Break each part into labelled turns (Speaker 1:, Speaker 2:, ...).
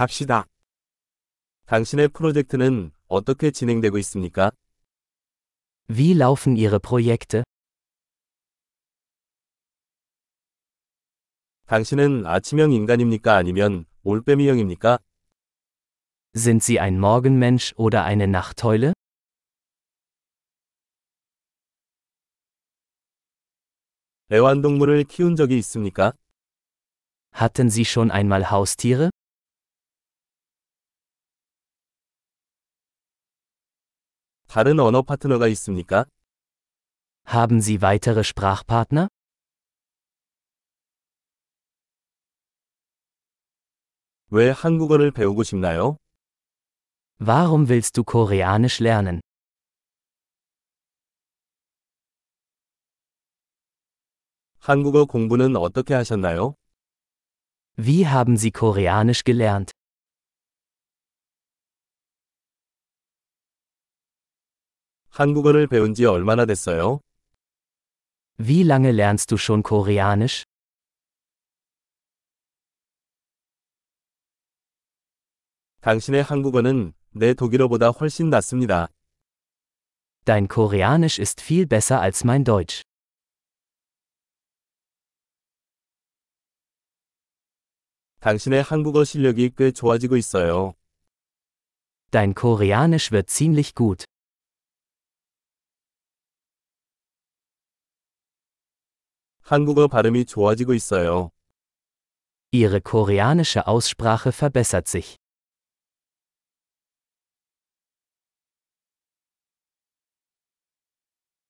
Speaker 1: 갑시다. 당신의 프로젝트는 어떻게 진행되고 있습니까?
Speaker 2: Wie laufen Ihre Projekte?
Speaker 1: 당신은 아침형 인간입니까? 아니면 올빼미형입니까?
Speaker 2: Sind Sie ein Morgenmensch oder eine Nachteule?
Speaker 1: 애완동물을 키운 적이 있습니까?
Speaker 2: Hatten Sie schon einmal Haustiere?
Speaker 1: 다른 언어 파트너가 있습니까?
Speaker 2: Haben Sie weitere Sprachpartner?
Speaker 1: 왜 한국어를 배우고 싶나요?
Speaker 2: Warum willst du Koreanisch lernen?
Speaker 1: 한국어 공부는 어떻게 하셨나요?
Speaker 2: Wie haben Sie Koreanisch gelernt?
Speaker 1: 한국어를 배운 지 얼마나 됐어요?
Speaker 2: Wie lange lernst du schon Koreanisch?
Speaker 1: 당신의 한국어는 내 독일어보다 훨씬 낫습니다.
Speaker 2: Dein Koreanisch ist viel besser als mein Deutsch.
Speaker 1: 당신의 한국어 실력이 꽤 좋아지고 있어요.
Speaker 2: Dein Koreanisch wird ziemlich gut.
Speaker 1: 한국어 발음이 좋아지고 있어요.
Speaker 2: Ihre koreanische Aussprache verbessert sich.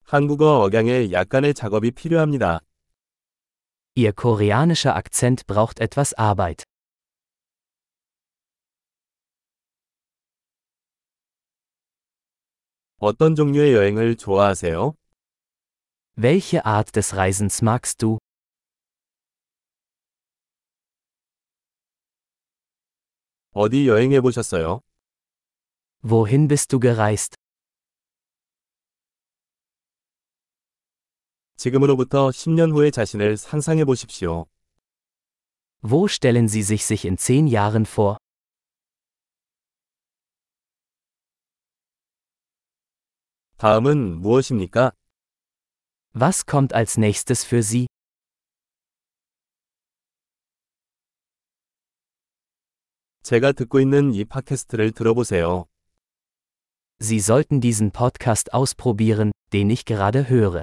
Speaker 1: 한국어 억양에 약간의 작업이 필요합니다.
Speaker 2: Ihr koreanischer Akzent braucht etwas Arbeit.
Speaker 1: 어떤 종류의 여행을 좋아하세요?
Speaker 2: Welche Art des Reisens magst du?
Speaker 1: 어디 여행해 보셨어요?
Speaker 2: Wohin bist du gereist?
Speaker 1: 지금으로부터 10년 후의 자신을 상상해 보십시오.
Speaker 2: Wo stellen Sie sich sich in zehn Jahren vor?
Speaker 1: 다음은 무엇입니까?
Speaker 2: Was kommt als nächstes für Sie?
Speaker 1: 제가 듣고 있는 이 팟캐스트를 들어보세요.
Speaker 2: Sie sollten diesen Podcast ausprobieren, den ich gerade höre.